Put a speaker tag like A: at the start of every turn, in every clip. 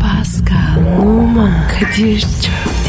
A: Pascal, Oman, Kadir çok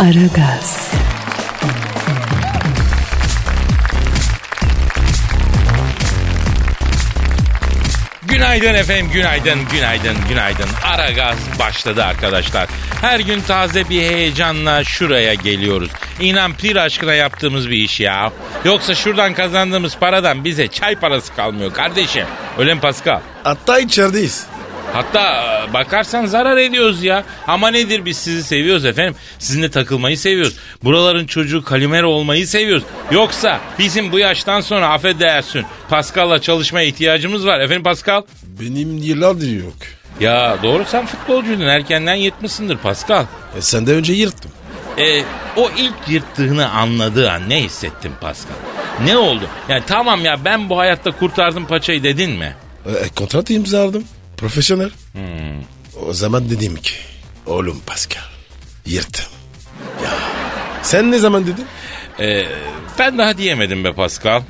A: Aragaz,
B: Günaydın efendim, günaydın, günaydın, günaydın. Ara gaz başladı arkadaşlar. Her gün taze bir heyecanla şuraya geliyoruz. İnan pir aşkına yaptığımız bir iş ya. Yoksa şuradan kazandığımız paradan bize çay parası kalmıyor kardeşim. Öyle mi Pascal?
C: Hatta içerideyiz.
B: Hatta e, bakarsan zarar ediyoruz ya. Ama nedir biz sizi seviyoruz efendim. Sizinle takılmayı seviyoruz. Buraların çocuğu kalimero olmayı seviyoruz. Yoksa bizim bu yaştan sonra affedersin. Pascal'la çalışmaya ihtiyacımız var. Efendim Pascal?
C: Benim yıllardır yok.
B: Ya doğru sen futbolcuydun erkenden yırtmışsındır Pascal.
C: E sen de önce yırttım.
B: E, o ilk yırttığını anladığı an ne hissettin Pascal? Ne oldu? Yani tamam ya ben bu hayatta kurtardım paçayı dedin mi?
C: E, kontrat imzaladım. Profesyonel. Hmm. O zaman dedim ki. Oğlum Pascal. Yırttım. Ya. Sen ne zaman dedin?
B: E, ben daha diyemedim be Pascal.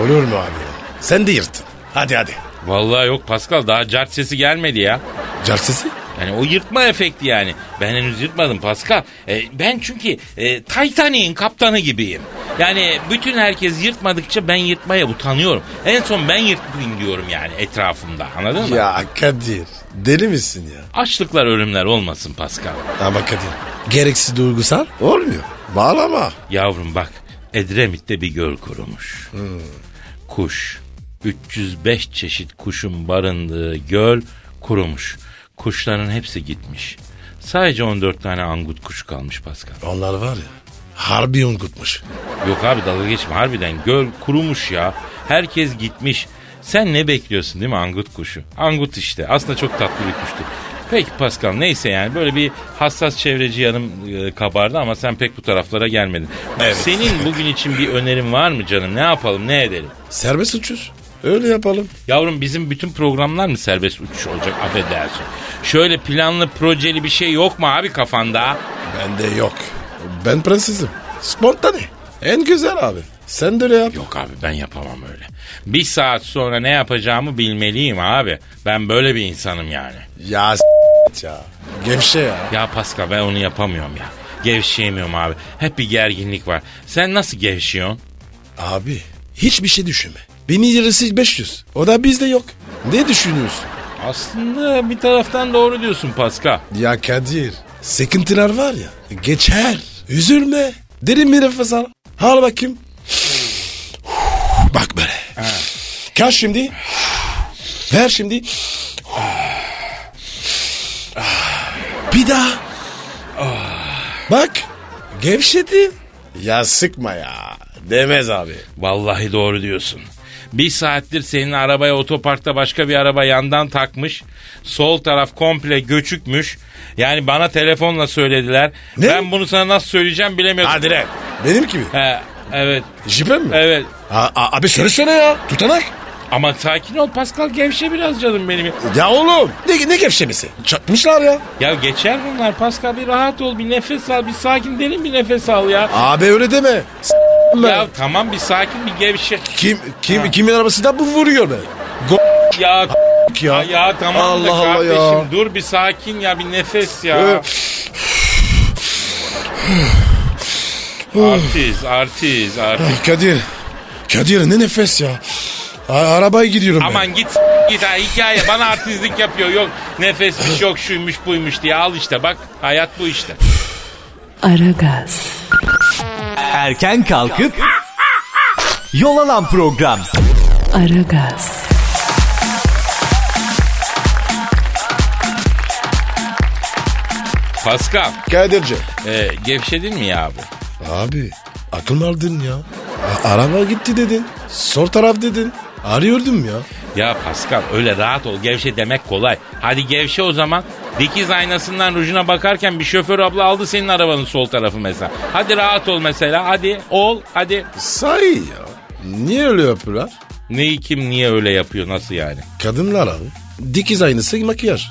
C: Olur mu abi ya? Sen de yırttın. Hadi hadi.
B: Vallahi yok Pascal daha cart sesi gelmedi ya.
C: Carçesi?
B: Yani o yırtma efekti yani. Ben henüz yırtmadım Pascal. E, ben çünkü e, Titanic'in kaptanı gibiyim. Yani bütün herkes yırtmadıkça ben yırtmaya utanıyorum. En son ben yırtmayayım diyorum yani etrafımda anladın mı?
C: Ya Kadir. Deli misin ya?
B: Açlıklar ölümler olmasın Pascal.
C: Ama Kadir. Gereksiz duygusal olmuyor. Bağlama.
B: Yavrum bak Edremit'te bir göl kurumuş. Kuş. 305 çeşit kuşun barındığı göl kurumuş. Kuşların hepsi gitmiş. Sadece 14 tane angut kuşu kalmış Pascal.
C: Onlar var ya. Harbi unkutmuş.
B: Yok abi dalga geçme harbiden göl kurumuş ya. Herkes gitmiş. Sen ne bekliyorsun değil mi angut kuşu? Angut işte aslında çok tatlı bir kuştu. Peki Pascal neyse yani böyle bir hassas çevreci yanım e, kabardı ama sen pek bu taraflara gelmedin.
C: Evet.
B: Senin bugün için bir önerin var mı canım? Ne yapalım ne edelim?
C: Serbest uçuş. Öyle yapalım.
B: Yavrum bizim bütün programlar mı serbest uçuş olacak affedersin? Şöyle planlı projeli bir şey yok mu abi kafanda?
C: Bende yok. Ben prensesim. Spontane. En güzel abi. Sen de öyle yap.
B: Yok abi ben yapamam öyle. Bir saat sonra ne yapacağımı bilmeliyim abi. Ben böyle bir insanım yani.
C: Ya s- ya. Gevşe ya.
B: Ya Pascal ben onu yapamıyorum ya. Gevşeyemiyorum abi. Hep bir gerginlik var. Sen nasıl gevşiyorsun?
C: Abi hiçbir şey düşünme. Beni yarısı 500. O da bizde yok. Ne düşünüyorsun?
B: Aslında bir taraftan doğru diyorsun Pascal.
C: Ya Kadir. Sıkıntılar var ya. Geçer. Üzülme. Derin bir nefes al. Al bakayım. Bak böyle. Kaç şimdi. Ver şimdi. Bir daha. Bak. Gevşedi. Ya sıkma ya. Demez abi.
B: Vallahi doğru diyorsun. Bir saattir senin arabaya otoparkta başka bir araba yandan takmış. Sol taraf komple göçükmüş. Yani bana telefonla söylediler.
C: Ne?
B: Ben bunu sana nasıl söyleyeceğim bilemiyorum.
C: Hadi lan. Benim gibi.
B: He, evet.
C: Jipen mi?
B: Evet.
C: A- a- abi söylesene ya. Tutanak.
B: Ama sakin ol Pascal gevşe biraz canım benim.
C: Ya oğlum. Ne, ne gevşemesi? Çatmışlar ya.
B: Ya geçer bunlar Pascal bir rahat ol bir nefes al bir sakin derin bir nefes al ya.
C: Abi öyle deme. S- ben.
B: Ya tamam bir sakin bir gevşe.
C: Kim kim kimin arabasında bu vuruyor be? Go-
B: Ya
C: ya.
B: ya tamam da
C: Allah Allah
B: kardeşim
C: ya.
B: dur bir sakin ya bir nefes ya.
C: Ö-
B: artiz artiz artiz.
C: Kadir. Kadir ne nefes ya. A- arabaya gidiyorum ben.
B: Aman git git ha hikaye bana artistlik yapıyor yok nefesmiş yok şuymuş buymuş diye al işte bak hayat bu işte.
A: Aragaz,
D: Erken kalkıp yol alan program.
A: Aragaz,
B: Pascal
C: Kadirci.
B: e, gevşedin mi ya abi?
C: Abi aklım aldın ya. A- araba gitti dedin. Sol taraf dedin. Arıyordum ya.
B: Ya Pascal öyle rahat ol gevşe demek kolay. Hadi gevşe o zaman. Dikiz aynasından rujuna bakarken bir şoför abla aldı senin arabanın sol tarafı mesela. Hadi rahat ol mesela hadi ol hadi.
C: Sahi ya. Niye öyle yapıyorlar?
B: Neyi kim niye öyle yapıyor nasıl yani?
C: Kadınlar abi. Dikiz aynısı makyaj.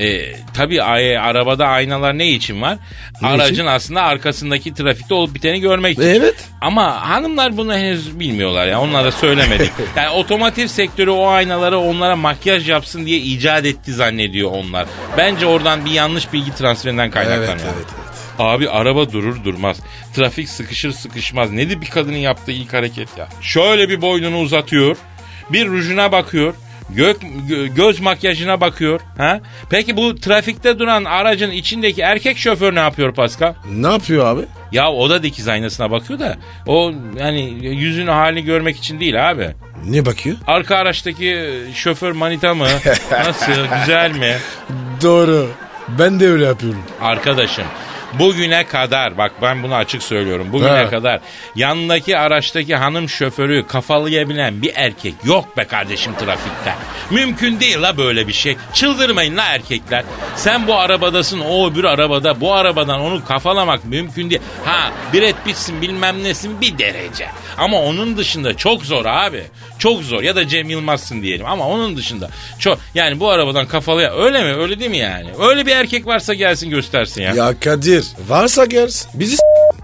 B: E, tabii ay- arabada aynalar ne için var?
C: Ne
B: Aracın
C: için?
B: aslında arkasındaki trafikte olup biteni görmek için.
C: E, Evet.
B: Ama hanımlar bunu henüz bilmiyorlar ya onlara söylemedik. yani otomotiv sektörü o aynalara onlara makyaj yapsın diye icat etti zannediyor onlar. Bence oradan bir yanlış bilgi transferinden kaynaklanıyor.
C: evet.
B: Abi araba durur durmaz. Trafik sıkışır sıkışmaz. Nedir bir kadının yaptığı ilk hareket ya? Şöyle bir boynunu uzatıyor. Bir rujuna bakıyor. Gök, gö- göz makyajına bakıyor. Ha? Peki bu trafikte duran aracın içindeki erkek şoför ne yapıyor Pascal?
C: Ne yapıyor abi?
B: Ya o da dikiz aynasına bakıyor da o yani yüzün halini görmek için değil abi.
C: Ne bakıyor?
B: Arka araçtaki şoför manita mı? Nasıl? Güzel mi?
C: Doğru. Ben de öyle yapıyorum.
B: Arkadaşım bugüne kadar bak ben bunu açık söylüyorum. Bugüne
C: Evet.
B: kadar yanındaki araçtaki hanım şoförü kafalayabilen bir erkek yok be kardeşim trafikte. Mümkün değil la böyle bir şey. Çıldırmayın la erkekler. Sen bu arabadasın o öbür arabada bu arabadan onu kafalamak mümkün değil. Ha Brad Pitt'sin bilmem nesin bir derece. Ama onun dışında çok zor abi. Çok zor ya da Cem Yılmaz'sın diyelim ama onun dışında çok yani bu arabadan kafalıya öyle mi öyle değil mi yani? Öyle bir erkek varsa gelsin göstersin ya.
C: Ya Kadir varsa gelsin. Bizi s-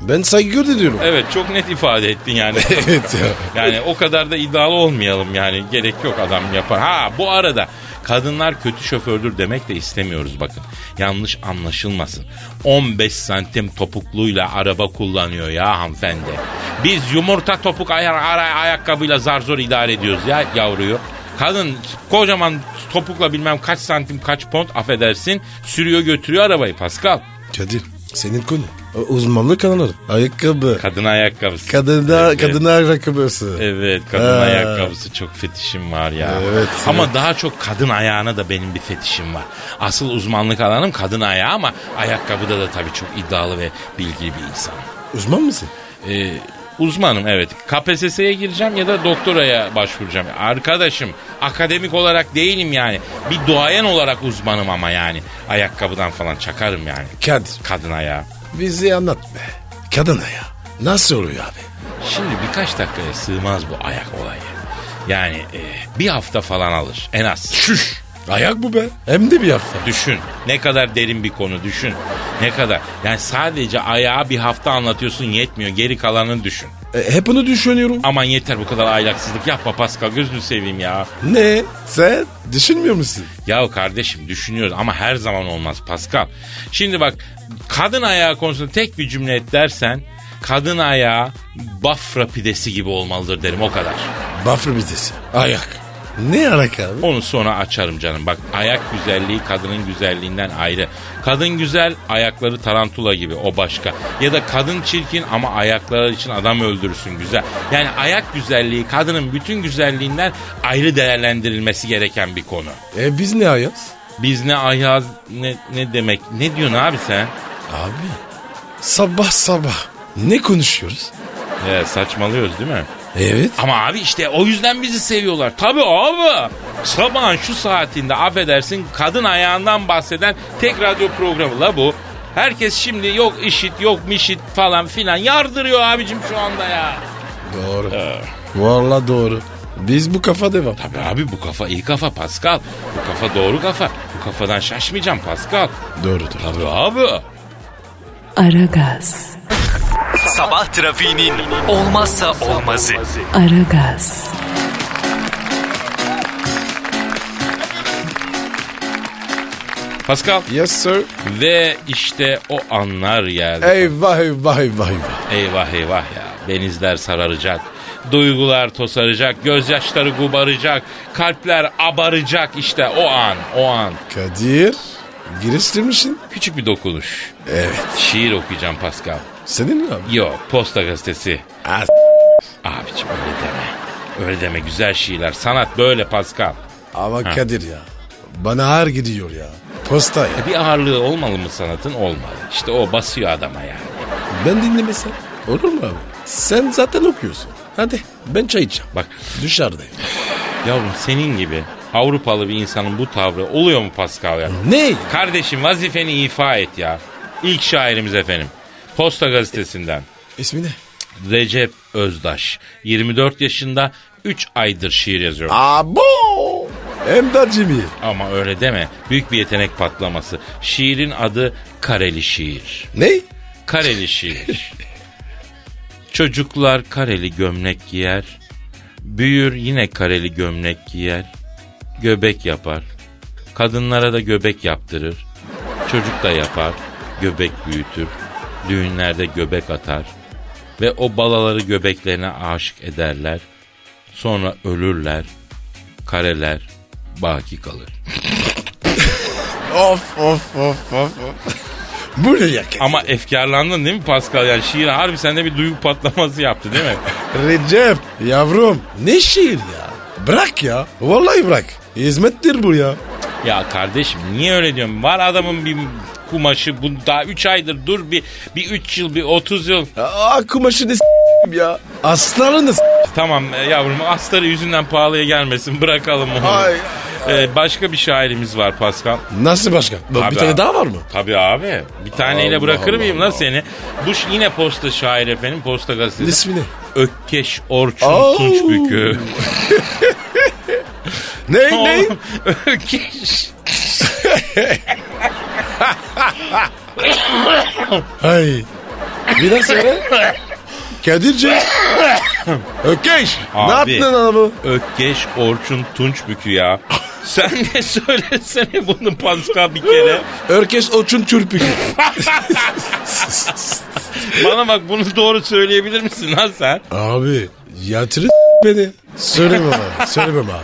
C: ben saygı diyorum.
B: Evet çok net ifade ettin yani.
C: evet ya.
B: Yani o kadar da iddialı olmayalım yani. Gerek yok adam yapar. Ha bu arada kadınlar kötü şofördür demek de istemiyoruz bakın. Yanlış anlaşılmasın. 15 santim topukluyla araba kullanıyor ya hanımefendi. Biz yumurta topuk ayar, ara- ayakkabıyla zar zor idare ediyoruz ya yavruyu. Kadın kocaman topukla bilmem kaç santim kaç pont affedersin sürüyor götürüyor arabayı Pascal.
C: Kadir senin konu. O Uzmanlık alanları. Ayakkabı.
B: Kadın ayakkabısı.
C: Kadına,
B: Evet.
C: kadına ayakkabısı.
B: Evet kadın
C: Ha.
B: ayakkabısı çok fetişim var ya.
C: Ee. Evet,
B: Ama daha çok kadın ayağına da benim bir fetişim var. Asıl uzmanlık alanım kadın ayağı ama ayakkabıda da tabii çok iddialı ve bilgili bir insan.
C: Uzman mısın?
B: Ee, uzmanım evet. KPSS'ye gireceğim ya da doktoraya başvuracağım. Arkadaşım akademik olarak değilim yani. Bir duayen olarak uzmanım ama yani. Ayakkabıdan falan çakarım yani.
C: Kadir
B: Kadın ayağı.
C: bizi anlat be. Kadın ayağı. Nasıl oluyor abi?
B: Şimdi birkaç dakikaya sığmaz bu ayak olayı. Yani e, bir hafta falan alır en az. Şüş.
C: Ayak bu be. Hem de bir hafta.
B: Düşün ne kadar derin bir konu düşün. Ne kadar yani sadece ayağa bir hafta anlatıyorsun yetmiyor geri kalanını düşün.
C: E, hep onu düşünüyorum.
B: Aman yeter bu kadar aylaksızlık yapma Pascal gözünü seveyim ya.
C: Ne? Sen düşünmüyor musun?
B: Ya kardeşim düşünüyoruz ama her zaman olmaz Pascal. Şimdi bak kadın ayağı konusunda tek bir cümle et dersen kadın ayağı bafra pidesi gibi olmalıdır derim o kadar.
C: Buffer bizesi. Ayak. Ne ayak abi?
B: Onu sonra açarım canım. Bak ayak güzelliği kadının güzelliğinden ayrı. Kadın güzel ayakları tarantula gibi o başka. Ya da kadın çirkin ama ayakları için adam öldürürsün güzel. Yani ayak güzelliği kadının bütün güzelliğinden ayrı değerlendirilmesi gereken bir konu.
C: E biz ne ayaz?
B: Biz ne ayaz ne, ne demek ne diyorsun abi sen?
C: Abi sabah sabah ne konuşuyoruz?
B: Ya saçmalıyoruz değil mi?
C: Evet.
B: Ama abi işte o yüzden bizi seviyorlar. Tabii abi. Sabahın şu saatinde affedersin kadın ayağından bahseden tek radyo programı la bu. Herkes şimdi yok işit yok mişit falan filan yardırıyor abicim şu anda ya.
C: Doğru. Valla doğru. Biz bu kafa devam.
B: Tabii abi bu kafa iyi kafa Pascal. Bu kafa doğru kafa. Bu kafadan şaşmayacağım Pascal.
C: Doğru doğru.
B: Tabii abi.
A: Aragaz,
D: Sabah trafiğinin olmazsa olmazı.
A: Aragaz,
B: Pascal
C: Yes sir.
B: ve işte o anlar geldi.
C: Eyvah eyvah eyvah eyvah.
B: Eyvah eyvah ya. Denizler sararacak. Duygular tosaracak. Gözyaşları gubaracak. Kalpler abaracak. işte o an. O an.
C: Kadir. Giriştirmişsin.
B: Küçük bir dokunuş.
C: Evet.
B: Şiir okuyacağım Pascal.
C: Senin mi abi?
B: Yok. Posta gazetesi.
C: Ha, s-
B: Abiciğim öyle deme. Öyle deme. Güzel şiirler. Sanat böyle Pascal.
C: Ama Kadir ya. Bana ağır gidiyor ya. Posta ya.
B: Bir ağırlığı olmalı mı sanatın? Olmalı. İşte o basıyor adama yani.
C: Ben dinlemesem olur mu abi? Sen zaten okuyorsun. Hadi ben çay içeceğim.
B: Bak
C: Dışarıdayım.
B: Yavrum senin gibi Avrupalı bir insanın bu tavrı oluyor mu Pascal ya?
C: Ne?
B: Kardeşim vazifeni ifa et ya. İlk şairimiz efendim. Posta gazetesinden.
C: İsmi ne?
B: Recep Özdaş. 24 yaşında 3 aydır şiir yazıyor.
C: Abo! Emdar Cemil.
B: Ama öyle deme. Büyük bir yetenek patlaması. Şiirin adı Kareli Şiir.
C: Ne?
B: Kareli şiir. Çocuklar kareli gömlek giyer. Büyür yine kareli gömlek giyer. Göbek yapar. Kadınlara da göbek yaptırır. Çocuk da yapar. Göbek büyütür. Düğünlerde göbek atar. Ve o balaları göbeklerine aşık ederler. Sonra ölürler. Kareler baki kalır.
C: Of of of of. of. Bu ne ya?
B: Ama efkarlandın değil mi Pascal? Yani şiir harbi sende bir duygu patlaması yaptı değil mi?
C: Recep yavrum ne şiir ya? Bırak ya. Vallahi bırak. Hizmettir bu ya.
B: Ya kardeşim niye öyle diyorum? Var adamın bir kumaşı bu daha 3 aydır dur bir bir 3 yıl bir 30 yıl.
C: Aa kumaşını s**eyim ya. Aslanını s**eyim.
B: Tamam e, yavrum astarı yüzünden pahalıya gelmesin bırakalım onu.
C: Ay.
B: E, başka bir şairimiz var Pascal.
C: Nasıl başka? Bak,
B: Abi
C: bir tane
B: abi.
C: daha var mı?
B: Tabii abi. Bir taneyle
C: Allah
B: bırakır mıyım
C: Allah.
B: lan seni? Bu ş- yine posta şair efendim. Posta gazetesi.
C: İsmi ne?
B: Ökkeş Orçun
C: Au.
B: Tunçbükü.
C: Ne ne?
B: Oğlum, Ökkeş.
C: Ay. Bir daha söyle. Kadirce. Ökeş. Ne
B: Abi.
C: yaptın abi?
B: Ökkeş Orçun Tunçbükü ya. Sen de söylesene bunu Pascal bir kere.
C: Örkeş Oçun Çürpük.
B: Bana bak bunu doğru söyleyebilir misin lan sen?
C: abi yatırı beni. Söyleme bana. Söyleme bana.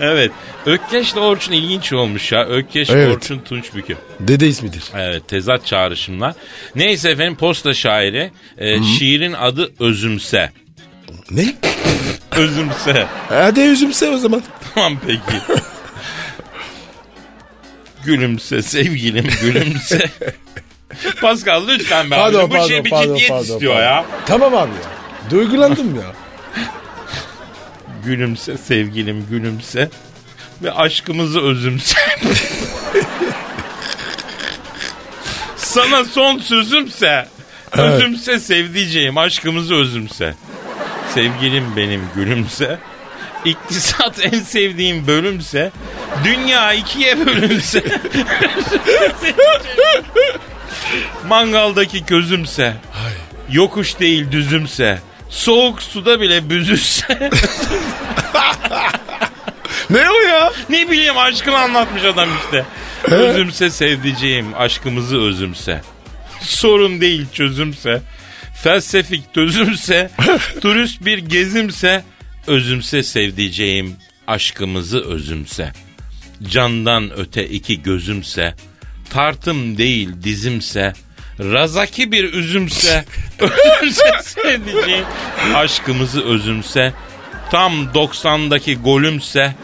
B: Evet. Ökkeş'le Orçun ilginç olmuş ya. Ökkeş
C: Evet.
B: Orçun Tunçbükü.
C: Dede ismidir.
B: Evet tezat çağrışımlar. Neyse efendim posta şairi. Ee, şiirin adı Özümse.
C: Ne?
B: Özümse.
C: Hadi üzümse o zaman.
B: Tamam peki. gülümse sevgilim gülümse. Pascal lütfen be abi. Bu şey bir ciddiyet istiyor ya.
C: Tamam abi ya. Duygulandım ya.
B: Gülümse sevgilim gülümse ve aşkımızı özümse. Sana son sözümse özümse sevdiceğim aşkımızı özümse. Sevgilim benim gülümse. İktisat en sevdiğim bölümse. Dünya ikiye bölünse. Mangaldaki közümse. Yokuş değil düzümse. Soğuk suda bile büzülse.
C: Ne o ya?
B: Ne bileyim aşkını anlatmış adam işte. Özümse sevdiceğim, aşkımızı özümse. Sorun değil çözümse. Felsefik tözümse, turist bir gezimse. Özümse sevdiceğim, aşkımızı özümse. Candan öte iki gözümse. Tartım değil dizimse. Razaki bir üzümse, özümse sevdiceğim, aşkımızı özümse. Tam 90'daki golümse,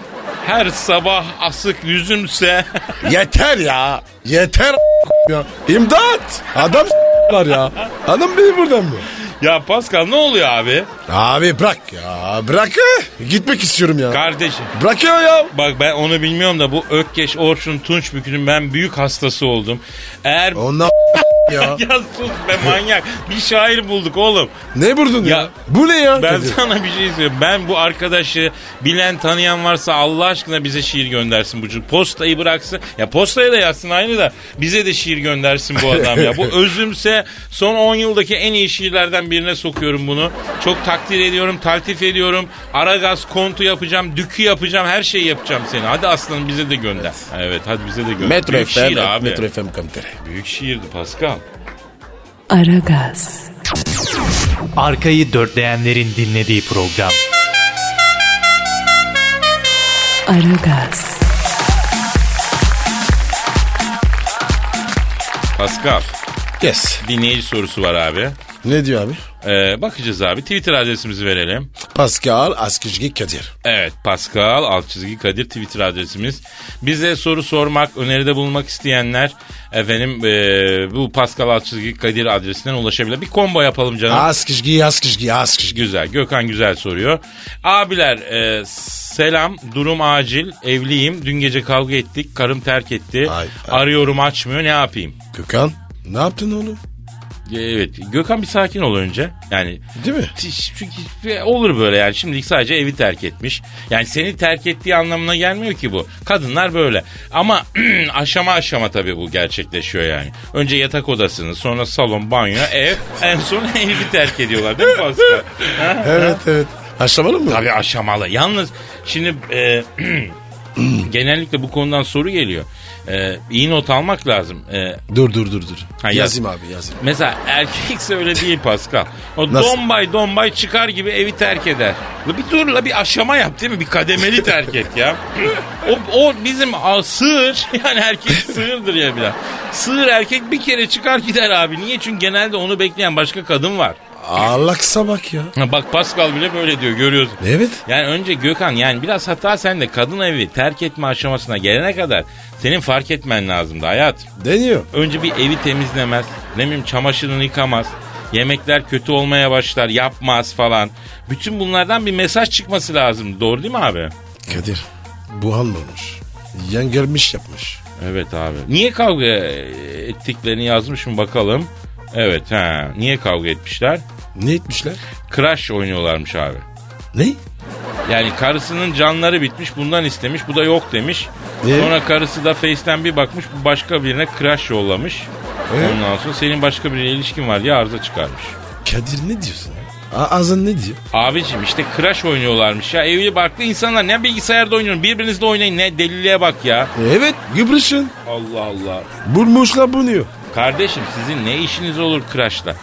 B: her sabah asık yüzümse.
C: Yeter ya. Yeter a- ya. İmdat. Adam s- var ya. Adam beni buradan mı?
B: ya Pascal ne oluyor abi?
C: Abi bırak ya. Bırak ha. Gitmek istiyorum ya.
B: Kardeşim
C: bırak ya ya.
B: bak ben onu bilmiyorum da bu Ökkeş Orçun Tunçbükü'nün ben büyük hastası oldum. Eğer...
C: Ondan ya.
B: Ya sus be manyak. Bir şair bulduk oğlum.
C: Ne vurdun ya?
B: Ya-
C: Bu ne ya?
B: Ben
C: Dedi.
B: sana bir şey söyleyeyim. Ben bu arkadaşı bilen tanıyan varsa Allah aşkına bize şiir göndersin bu çocuk. Postayı bıraksın. Ya postaya da yazsın aynı da bize de şiir göndersin bu adam ya. Bu özümse son 10 yıldaki en iyi şiirlerden birine sokuyorum bunu. Çok takdir ediyorum, taltif ediyorum. Aragaz kontu yapacağım, dükü yapacağım, her şeyi yapacağım seni. Hadi aslanım bize de gönder. Evet, hadi bize de gönder.
C: Metro
B: Büyük şiir
C: FM,
B: abi.
C: Metro FM kamtere.
B: Büyük şiirdi Pascal.
A: Aragaz,
D: Arkayı dörtleyenlerin dinlediği program.
A: Aragaz,
B: Pascal,
C: Yes.
B: dinleyici sorusu var abi.
C: Ne diyor abi?
B: Ee, bakacağız abi. Twitter adresimizi verelim.
C: Pascal Askizgi Kadir.
B: Evet Pascal alt çizgi Kadir Twitter adresimiz. Bize soru sormak, öneride bulunmak isteyenler efendim eee, bu Pascal alt çizgi Kadir adresinden ulaşabilir. Bir combo yapalım canım.
C: Askizgi, Askizgi, Askizgi.
B: Güzel. Gökhan güzel soruyor. Abiler e, selam. Durum acil. Evliyim. Dün gece kavga ettik. Karım terk etti.
C: Ay, ay.
B: Arıyorum açmıyor. Ne yapayım?
C: Gökhan ne yaptın oğlum?
B: E, Evet. Gökhan bir sakin ol önce. Yani
C: Değil mi?
B: çünkü olur böyle yani şimdilik sadece evi terk etmiş. Yani seni terk ettiği anlamına gelmiyor ki bu. Kadınlar böyle. Ama aşama aşama tabii bu gerçekleşiyor yani. Önce yatak odasını, sonra salon, banyo, ev, en son evi terk ediyorlar değil mi Pascal? Ha?
C: Evet evet. Aşamalı mı?
B: Tabii aşamalı. Yalnız şimdi e, genellikle bu konudan soru geliyor. E, iyi not almak lazım. E,
C: Dur dur dur dur.
B: Ha, yaz.
C: yazayım abi yazayım.
B: mesela erkekse öyle değil Pascal. O
C: Nasıl?
B: dombay dombay çıkar gibi evi terk eder. La Bir dur la bir aşama yap değil mi? Bir kademeli terk et ya. O, o bizim a, sığır yani erkek sığırdır ya biraz. Sığır erkek bir kere çıkar gider abi. Niye? Çünkü genelde onu bekleyen başka kadın var.
C: Allah'sa bak ya.
B: Ha, Bak Pascal bile böyle diyor görüyorsun.
C: Evet.
B: Yani önce Gökhan yani biraz hata sende kadın evi terk etme aşamasına gelene kadar senin fark etmen lazımdı hayat.
C: Deniyor.
B: Önce bir evi temizlemez, ne bileyim çamaşırını yıkamaz, yemekler kötü olmaya başlar, yapmaz falan. Bütün bunlardan bir mesaj çıkması lazım. Doğru değil mi abi?
C: Kadir bu hanmamış. Yengelmiş yapmış.
B: Evet abi. Niye kavga ettiklerini yazmışım bakalım. Evet ha. Niye kavga etmişler?
C: Ne etmişler?
B: Crash oynuyorlarmış abi.
C: Ne?
B: Yani karısının canları bitmiş bundan istemiş bu da yok demiş.
C: Ee?
B: Sonra karısı da Face'ten bir bakmış bu başka birine crash yollamış.
C: Ee?
B: Ondan sonra senin başka biriyle ilişkin var diye arıza çıkarmış.
C: Kadir ne diyorsun? ya? A- ağzın ne diyor?
B: Abicim işte crash oynuyorlarmış ya evli barklı insanlar ne bilgisayarda oynuyorsun birbirinizle oynayın ne deliliğe bak ya.
C: Evet gıbrışın.
B: Allah Allah.
C: Bulmuşlar bunu.
B: Kardeşim sizin ne işiniz olur Crash'la?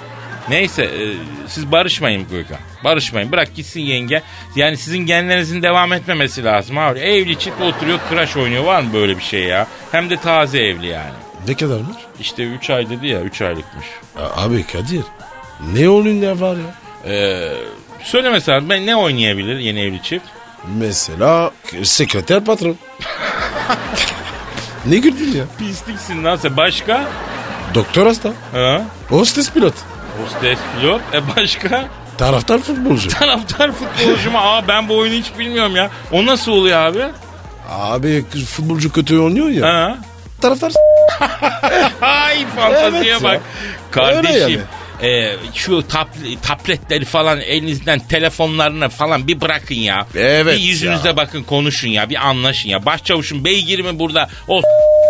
B: Neyse e, siz barışmayın Gökhan. Barışmayın bırak gitsin yenge. Yani sizin genlerinizin devam etmemesi lazım abi. Evli çift oturuyor Crash oynuyor var mı böyle bir şey ya? Hem de taze evli yani.
C: Ne kadarmış?
B: İşte 3 ay dedi ya 3 aylıkmış.
C: A- abi Kadir ne onun ne var ya?
B: Ee, söyle mesela ben ne oynayabilir yeni evli çift?
C: Mesela k- sekreter patron. ne güldün ya?
B: Pisliksin lan sen. Başka?
C: Doktor hasta.
B: Ha?
C: Hostes pilot.
B: Hostes pilot. E başka?
C: Taraftar futbolcu.
B: Taraftar futbolcu mu? Aa ben bu oyunu hiç bilmiyorum ya. O nasıl oluyor abi?
C: Abi k- futbolcu kötü oynuyor ya.
B: Ha?
C: Taraftar s-
B: Ay fantaziye
C: Evet ya.
B: bak. Kardeşim.
C: yani.
B: e, şu tap- tabletleri falan elinizden telefonlarını falan bir bırakın ya.
C: Evet
B: bir yüzünüze
C: ya.
B: bakın konuşun ya bir anlaşın ya. Başçavuşun beygiri mi burada o s-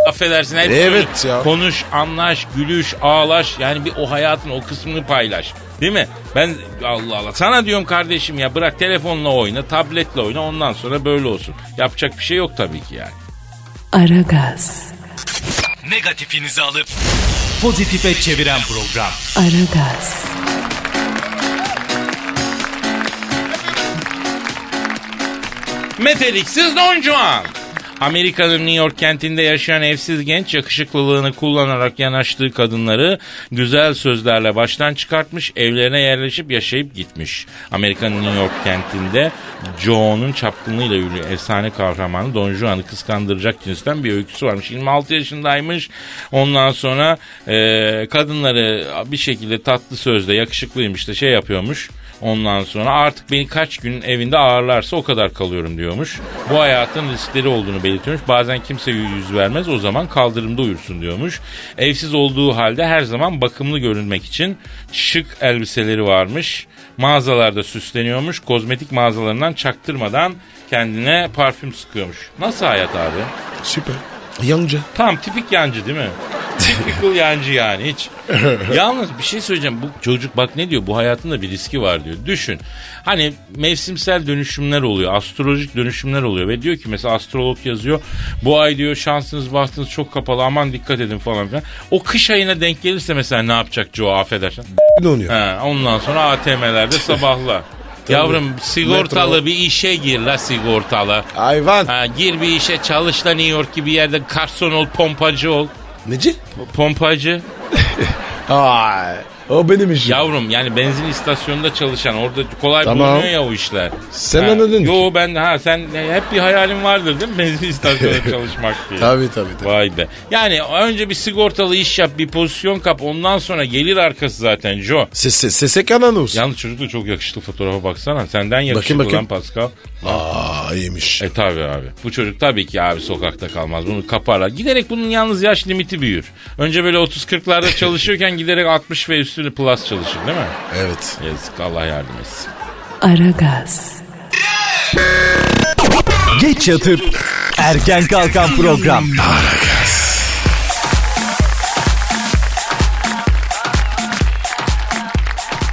B: affedersin. her
C: Evet
B: türlü
C: ya.
B: Konuş, anlaş, gülüş, ağlaş yani bir o hayatın o kısmını paylaş. Değil mi? Ben Allah Allah sana diyorum kardeşim ya bırak telefonla oyna, tabletle oyna ondan sonra böyle olsun. Yapacak bir şey yok tabii ki yani.
A: Aragaz,
D: Negatifinizi alıp pozitife çeviren program.
A: Aragaz,
B: Meteliksiz Don Juan. Amerika'nın New York kentinde yaşayan evsiz genç yakışıklılığını kullanarak yanaştığı kadınları güzel sözlerle baştan çıkartmış, evlerine yerleşip yaşayıp gitmiş. Amerika'nın New York kentinde Joe'nun çapkınlığıyla ünlü efsane kahramanı Don Juan'ı kıskandıracak cinsten bir öyküsü varmış. 26 yaşındaymış. Ondan sonra e, kadınları bir şekilde tatlı sözle yakışıklıymış da şey yapıyormuş. Ondan sonra artık beni kaç gün evinde ağırlarsa o kadar kalıyorum diyormuş. Bu hayatın riskleri olduğunu belirtiyormuş. Bazen kimse yüz vermez o zaman kaldırımda uyursun diyormuş. Evsiz olduğu halde her zaman bakımlı görünmek için şık elbiseleri varmış. Mağazalarda süsleniyormuş. Kozmetik mağazalarından çaktırmadan kendine parfüm sıkıyormuş. Nasıl hayat abi?
C: Süper. Yanca.
B: Tam tipik yancı değil mi? Typical yancı yani hiç. Yalnız bir şey söyleyeceğim. Bu çocuk bak ne diyor? Bu hayatın da bir riski var diyor. Düşün. Hani mevsimsel dönüşümler oluyor. Astrolojik dönüşümler oluyor. Ve diyor ki mesela astrolog yazıyor. Bu ay diyor şansınız bahtınız çok kapalı. Aman dikkat edin falan filan. O kış ayına denk gelirse mesela ne yapacak Joe affedersin.
C: Ne oynuyor?
B: He, ondan sonra ATM'lerde sabahla. Yavrum sigortalı
C: Metro.
B: bir işe gir la sigortalı.
C: Hayvan.
B: Ha, gir bir işe çalış da New York gibi yerde garson ol, pompacı ol.
C: Neci?
B: Pompacı.
C: Ay. O benim işim.
B: Yavrum yani benzin istasyonunda çalışan orada kolay
C: Tamam.
B: bulunuyor ya o işler.
C: Sen
B: Ha,
C: anladın.
B: Yo ben ha sen e, hep bir hayalin vardır değil mi benzin istasyonunda çalışmak diye.
C: Tabii tabii. tabii.
B: Vay be. Yani önce bir sigortalı iş yap bir pozisyon kap ondan sonra gelir arkası zaten Joe.
C: Ses, ses, sese kanan olsun.
B: Yalnız çocuk da çok yakışıklı fotoğrafa baksana. Senden yakışıklı
C: Bakayım,
B: lan Pascal.
C: Aa iyiymiş.
B: E tabi abi. Bu çocuk tabii ki abi sokakta kalmaz. Bunu kaparlar. Giderek bunun yalnız yaş limiti büyür. Önce böyle 30-40'larda çalışıyorken giderek 60 ve üstünü plus çalışır değil mi?
C: Evet.
B: Yazık Allah yardım etsin.
A: Aragaz,
D: Geç yatıp erken kalkan program.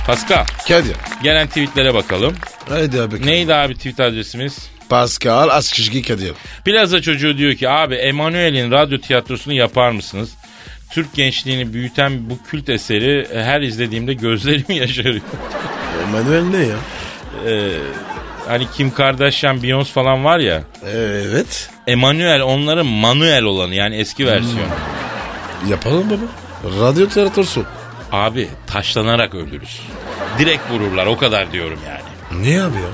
B: Pascal
C: Kadir.
B: gelen tweetlere bakalım.
C: Haydi abi.
B: Neydi abi tweet adresimiz?
C: Pascal Askışgi Kadir.
B: Plaza çocuğu diyor ki abi Emanuel'in radyo tiyatrosunu yapar mısınız? Türk gençliğini büyüten bu kült eseri e, her izlediğimde gözlerim yaşarıyor.
C: Manuel ne ya?
B: Hani Kim Kardashian, Beyoncé falan var ya.
C: Evet.
B: Emanuel onların manuel olanı yani eski versiyonu.
C: Yapalım baba. Radyo tiyatrosu.
B: Abi taşlanarak öldürürüz. Direkt vururlar o kadar diyorum yani.
C: Ne abi ya?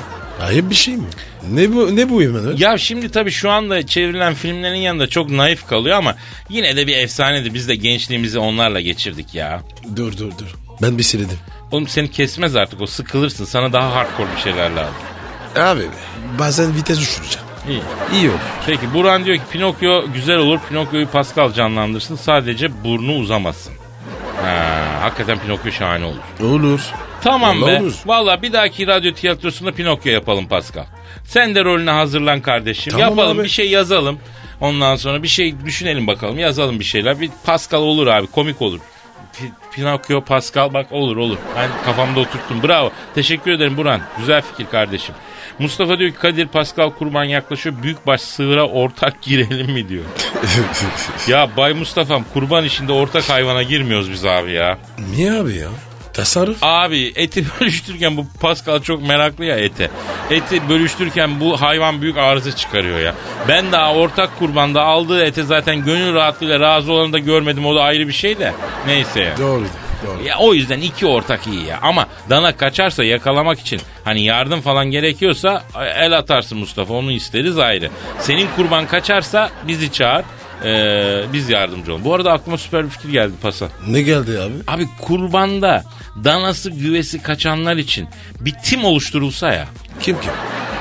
C: Ayıp bir şey mi? Ne bu ne bu Manuel?
B: Ya şimdi tabii şu anda çevrilen filmlerin yanında çok naif kalıyor ama yine de bir efsanedi. Biz de gençliğimizi onlarla geçirdik ya.
C: Dur dur dur. Ben bir siledim.
B: Oğlum seni kesmez artık o sıkılırsın. Sana daha hardcore bir şeyler lazım.
C: Abi be, bazen vites uçuracağım.
B: İyi.
C: İyi ol.
B: Peki Burhan diyor ki Pinokyo güzel olur. Pinokyo'yu Pascal canlandırsın. Sadece burnu uzamasın. Ha, hakikaten Pinokyo şahane olur.
C: Olur.
B: Tamam
C: Vallahi
B: be.
C: olur.
B: Valla bir dahaki radyo tiyatrosunda Pinokyo yapalım Pascal. Sen de rolüne hazırlan kardeşim.
C: Tamam
B: yapalım
C: abi.
B: bir şey yazalım. Ondan sonra bir şey düşünelim bakalım. Yazalım bir şeyler. Bir Pascal olur abi komik olur. Pi- Pinokyo Pascal bak olur olur. Ben kafamda oturttum. Bravo. Teşekkür ederim Buran. Güzel fikir kardeşim. Mustafa diyor ki Kadir Pascal kurban yaklaşıyor. Büyükbaş sığıra ortak girelim mi diyor. ya Bay Mustafa'm kurban işinde ortak hayvana girmiyoruz biz abi ya.
C: Niye abi ya? Tasarruf.
B: Abi eti bölüştürürken bu Pascal çok meraklı ya ete. Eti bölüştürürken bu hayvan büyük arıza çıkarıyor ya. Ben daha ortak kurbanda aldığı ete zaten gönül rahatlığıyla razı olanı da görmedim. O da ayrı bir şey de. Neyse ya.
C: Doğru. Doğru.
B: Ya o yüzden iki ortak iyi ya. Ama dana kaçarsa yakalamak için hani yardım falan gerekiyorsa e, el atarsın Mustafa onu isteriz ayrı. Senin kurban kaçarsa bizi çağır. ee, biz yardımcı olun. Bu arada aklıma süper bir fikir geldi Pasa.
C: Ne geldi abi?
B: Abi kurbanda danası güvesi kaçanlar için bir tim oluşturulsa ya.
C: Kim kim?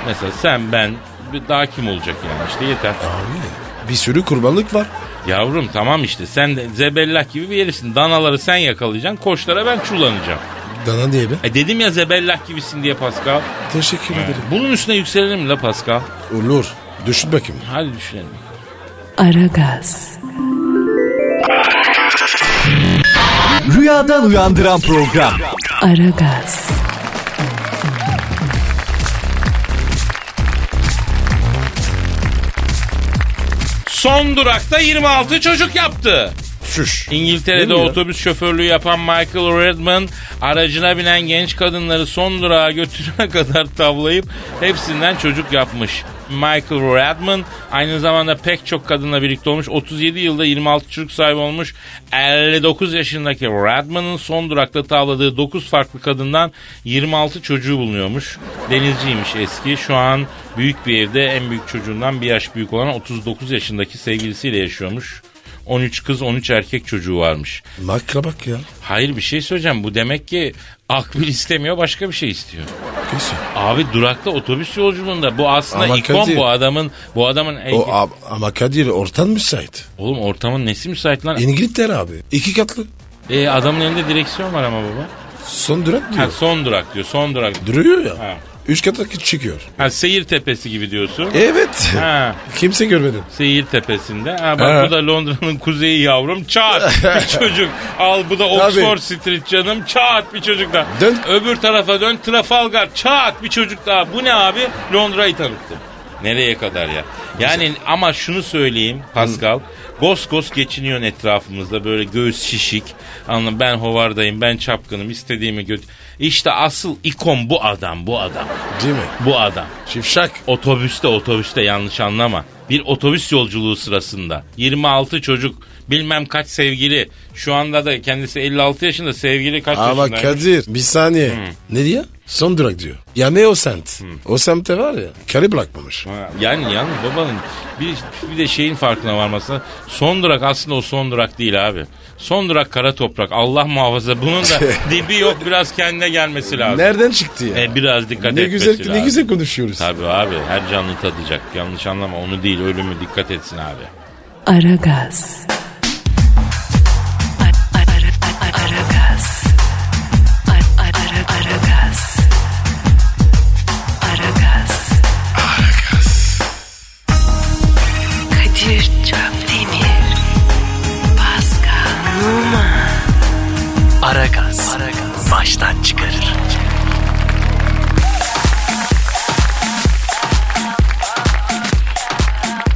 B: Mesela sen ben bir daha kim olacak yani işte yeter.
C: Abi bir sürü kurbanlık var.
B: Yavrum tamam işte sen de zebellah gibi bir herifsin. Danaları sen yakalayacaksın koçlara ben çullanacağım.
C: Dana diye be.
B: E dedim ya zebellah gibisin diye Pascal.
C: Teşekkür ederim.
B: Bunun üstüne yükselelim mi la Pascal?
C: Olur. Düşün bakayım.
B: Hadi düşünelim.
A: Aragaz,
D: Rüyadan uyandıran program.
A: Aragaz,
B: Son durakta 26 çocuk yaptı.
C: Şuş. Değil
B: İngiltere'de
C: mi ya?
B: otobüs şoförlüğü yapan Michael Redman aracına binen genç kadınları son durağa götürene kadar tavlayıp hepsinden çocuk yapmış. Michael Redman aynı zamanda pek çok kadınla birlikte olmuş. 37 yılda 26 çocuk sahibi olmuş. 59 yaşındaki Redman'ın son durakta tavladığı 9 farklı kadından 26 çocuğu bulunuyormuş. Denizciymiş eski. Şu an büyük bir evde en büyük çocuğundan bir yaş büyük olan 39 yaşındaki sevgilisiyle yaşıyormuş. 13 kız 13 erkek çocuğu varmış.
C: Makra bak ya.
B: Hayır bir şey söyleyeceğim. Bu demek ki akbil istemiyor başka bir şey istiyor.
C: Kesin.
B: Abi durakta otobüs yolculuğunda bu aslında
C: Ama
B: ikon
C: Kadir-
B: bu adamın bu adamın en-
C: O, ab- ama Kadir ortan müsait.
B: oğlum ortamın nesi müsait lan?
C: İngiltere abi. İki katlı.
B: E, adamın elinde direksiyon var ama baba.
C: Son durak
B: Ha,
C: diyor.
B: son durak diyor. Son durak.
C: Duruyor ya.
B: Ha.
C: Üç katlı çıkıyor.
B: Ha, seyir tepesi gibi diyorsun.
C: E- Evet.
B: Ha.
C: Kimse görmedim.
B: Seyir tepesinde. Ha bak
C: Ha.
B: bu da Londra'nın kuzeyi yavrum. Çat bir çocuk. Al bu da Oxford Street canım. Çat bir çocuk da.
C: Dön.
B: Öbür tarafa dön Trafalgar. Çat bir çocuk daha. Bu ne abi? Londra'yı tanıttı. Nereye kadar ya? Yani ama şunu söyleyeyim Pascal. Gos gos geçiniyorsun etrafımızda böyle göğüs şişik. Anladın ben hovardayım ben çapkınım istediğimi göt. İşte asıl ikon bu adam bu adam.
C: Değil mi?
B: Bu adam.
C: Şifşak.
B: Otobüste otobüste yanlış anlama. bir otobüs yolculuğu sırasında 26 çocuk bilmem kaç sevgili şu anda da kendisi 56 yaşında sevgili kaç
C: Ama
B: yaşında?
C: Kadir bir saniye. Ne diyor? Son durak diyor. Ya ne o semt? O semte var ya. Karı bırakmamış.
B: Ha, Yani yalnız babanın bir, bir de şeyin farkına varması. Son durak aslında o son durak değil abi. Son durak kara toprak. Allah muhafaza bunun da dibi yok biraz kendine gelmesi lazım.
C: Nereden çıktı ya?
B: E, biraz dikkat
C: ne
B: etmesi
C: güzel ne
B: lazım.
C: güzel konuşuyoruz.
B: Tabii abi her canlı tadacak. Yanlış anlama onu değil ölümü dikkat etsin abi.
A: Aragaz. Ara- ara- ara- Aragaz. Ara- ara- Aragaz. Aragaz. Kadir Çöptemir. Pascal Numa.
D: Aragaz. Baştan çıkarır.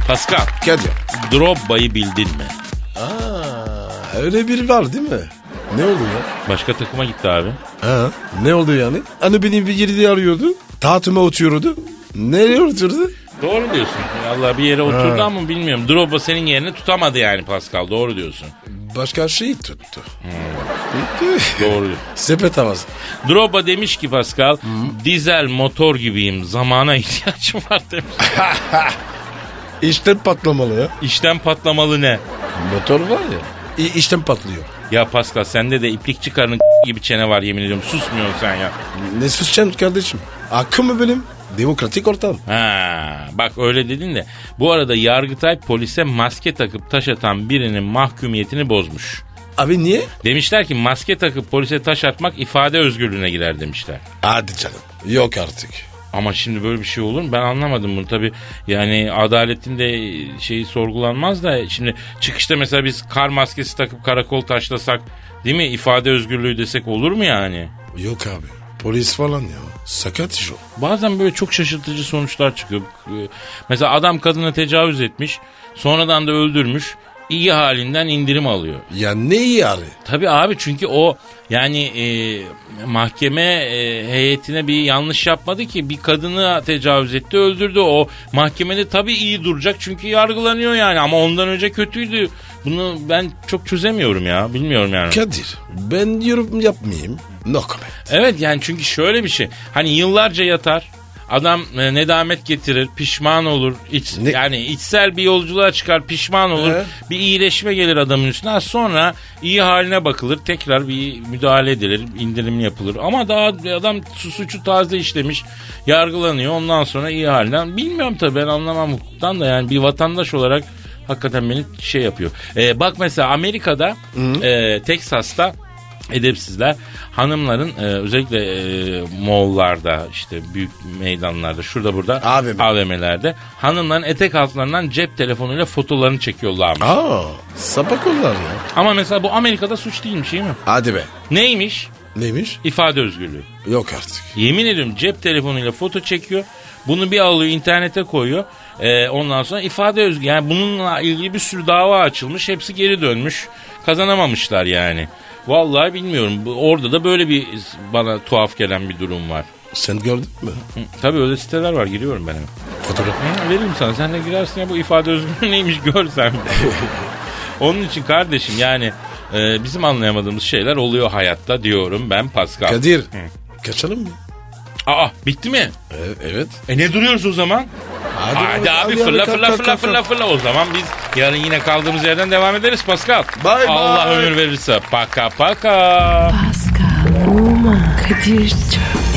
B: Pascal,
C: Kadir.
B: Drogba'yı bildin mi?
C: Aa, öyle biri var değil mi? Ne oldu ya?
B: Başka takıma gitti abi.
C: Ha, ne oldu yani? Hani benim bir girdi arıyordu. Tatıma oturuyordu. Nereye oturdu?
B: Doğru diyorsun. Allah bir yere oturdu ama bilmiyorum. Drogba senin yerini tutamadı yani Pascal. Doğru diyorsun.
C: Başka şey tuttu. Gitti.
B: Doğru diyorsun.
C: Sepet havası.
B: Droba demiş ki Pascal, dizel motor gibiyim. Zamana ihtiyacım var demiş.
C: İşten patlamalı ya.
B: İşten patlamalı ne?
C: Motor var ya. İ- işten patlıyor.
B: Ya Pascal sende de iplikçi karının gibi çene var yemin ediyorum. Susmuyorsun sen ya.
C: Ne susacaksın kardeşim? Hakkım mı benim? Demokratik ortam.
B: Ha, bak öyle dedin de. Bu arada Yargıtay polise maske takıp taş atan birinin mahkumiyetini bozmuş.
C: Abi niye?
B: Demişler ki maske takıp polise taş atmak ifade özgürlüğüne girer demişler.
C: Hadi canım. Yok artık.
B: Ama şimdi böyle bir şey olur mu? Ben anlamadım bunu tabii. Yani adaletin de şeyi sorgulanmaz da şimdi çıkışta mesela biz kar maskesi takıp karakol taşlasak değil mi? İfade özgürlüğü desek olur mu yani?
C: Yok abi. Polis falan ya. Sakat iş o.
B: Bazen böyle çok şaşırtıcı sonuçlar çıkıyor. Ee, Mesela adam kadına tecavüz etmiş, sonradan da öldürmüş. iyi halinden indirim alıyor.
C: Ya ne iyi yani?
B: Tabii abi çünkü o yani e, mahkeme e, heyetine bir yanlış yapmadı ki bir kadını tecavüz etti öldürdü o mahkemede tabii iyi duracak çünkü yargılanıyor yani ama ondan önce kötüydü bunu ben çok çözemiyorum ya bilmiyorum yani.
C: Kadir ben yorum yapmayayım. No comment.
B: Evet yani çünkü şöyle bir şey. Hani yıllarca yatar. Adam e, nedamet getirir, pişman olur. iç-
C: Ne-
B: Yani içsel bir yolculuğa çıkar, pişman olur.
C: Ee?
B: Bir iyileşme gelir adamın üstüne. Az Sonra iyi haline bakılır. Tekrar bir müdahale edilir, indirim yapılır. Ama daha adam su- suçu taze işlemiş. Yargılanıyor. Ondan sonra iyi halinden. Bilmiyorum tabii ben anlamam hukuktan da yani bir vatandaş olarak hakikaten beni şey yapıyor. E, bak mesela Amerika'da, e, Teksas'ta edepsizler hanımların e, özellikle e, Moğollarda işte büyük meydanlarda şurada burada
C: AVM.
B: AVM'lerde hanımların etek altlarından cep telefonuyla fotolarını çekiyorlarmış.
C: Aa sapak onlar ya.
B: Ama mesela bu Amerika'da suç değilmiş değil mi?
C: Hadi be.
B: Neymiş?
C: Neymiş?
B: İfade özgürlüğü.
C: Yok artık.
B: Yemin ediyorum cep telefonuyla foto çekiyor. Bunu bir alıyor internete koyuyor. E, ondan sonra ifade özgürlüğü. Yani bununla ilgili bir sürü dava açılmış. Hepsi geri dönmüş. Kazanamamışlar yani. Vallahi bilmiyorum. Bu- Orada da böyle bir bana tuhaf gelen bir durum var.
C: Sen gördün mü?
B: Hı, Tabii öyle siteler var giriyorum ben hemen.
C: Fotoğraf.
B: Hı, veririm sana sen de girersin ya bu ifade özgürlüğü neymiş görsen. Onun için kardeşim yani e, bizim anlayamadığımız şeyler oluyor hayatta diyorum ben Pascal.
C: Kadir. Kaçalım mı?
B: Aa bitti mi?
C: E- evet.
B: E ne duruyoruz o zaman? Hadi,
C: oğlum,
B: abi,
C: hadi
B: fırla
C: kalk,
B: fırla
C: kalk,
B: fırla
C: kalk,
B: fırla
C: kalk.
B: fırla o zaman biz yarın yine kaldığımız yerden devam ederiz Pascal.
C: Bye,
B: Allah
C: bye.
B: ömür verirse paka paka.
A: Pascal, Oman, Kadir çok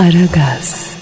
A: Aragaz.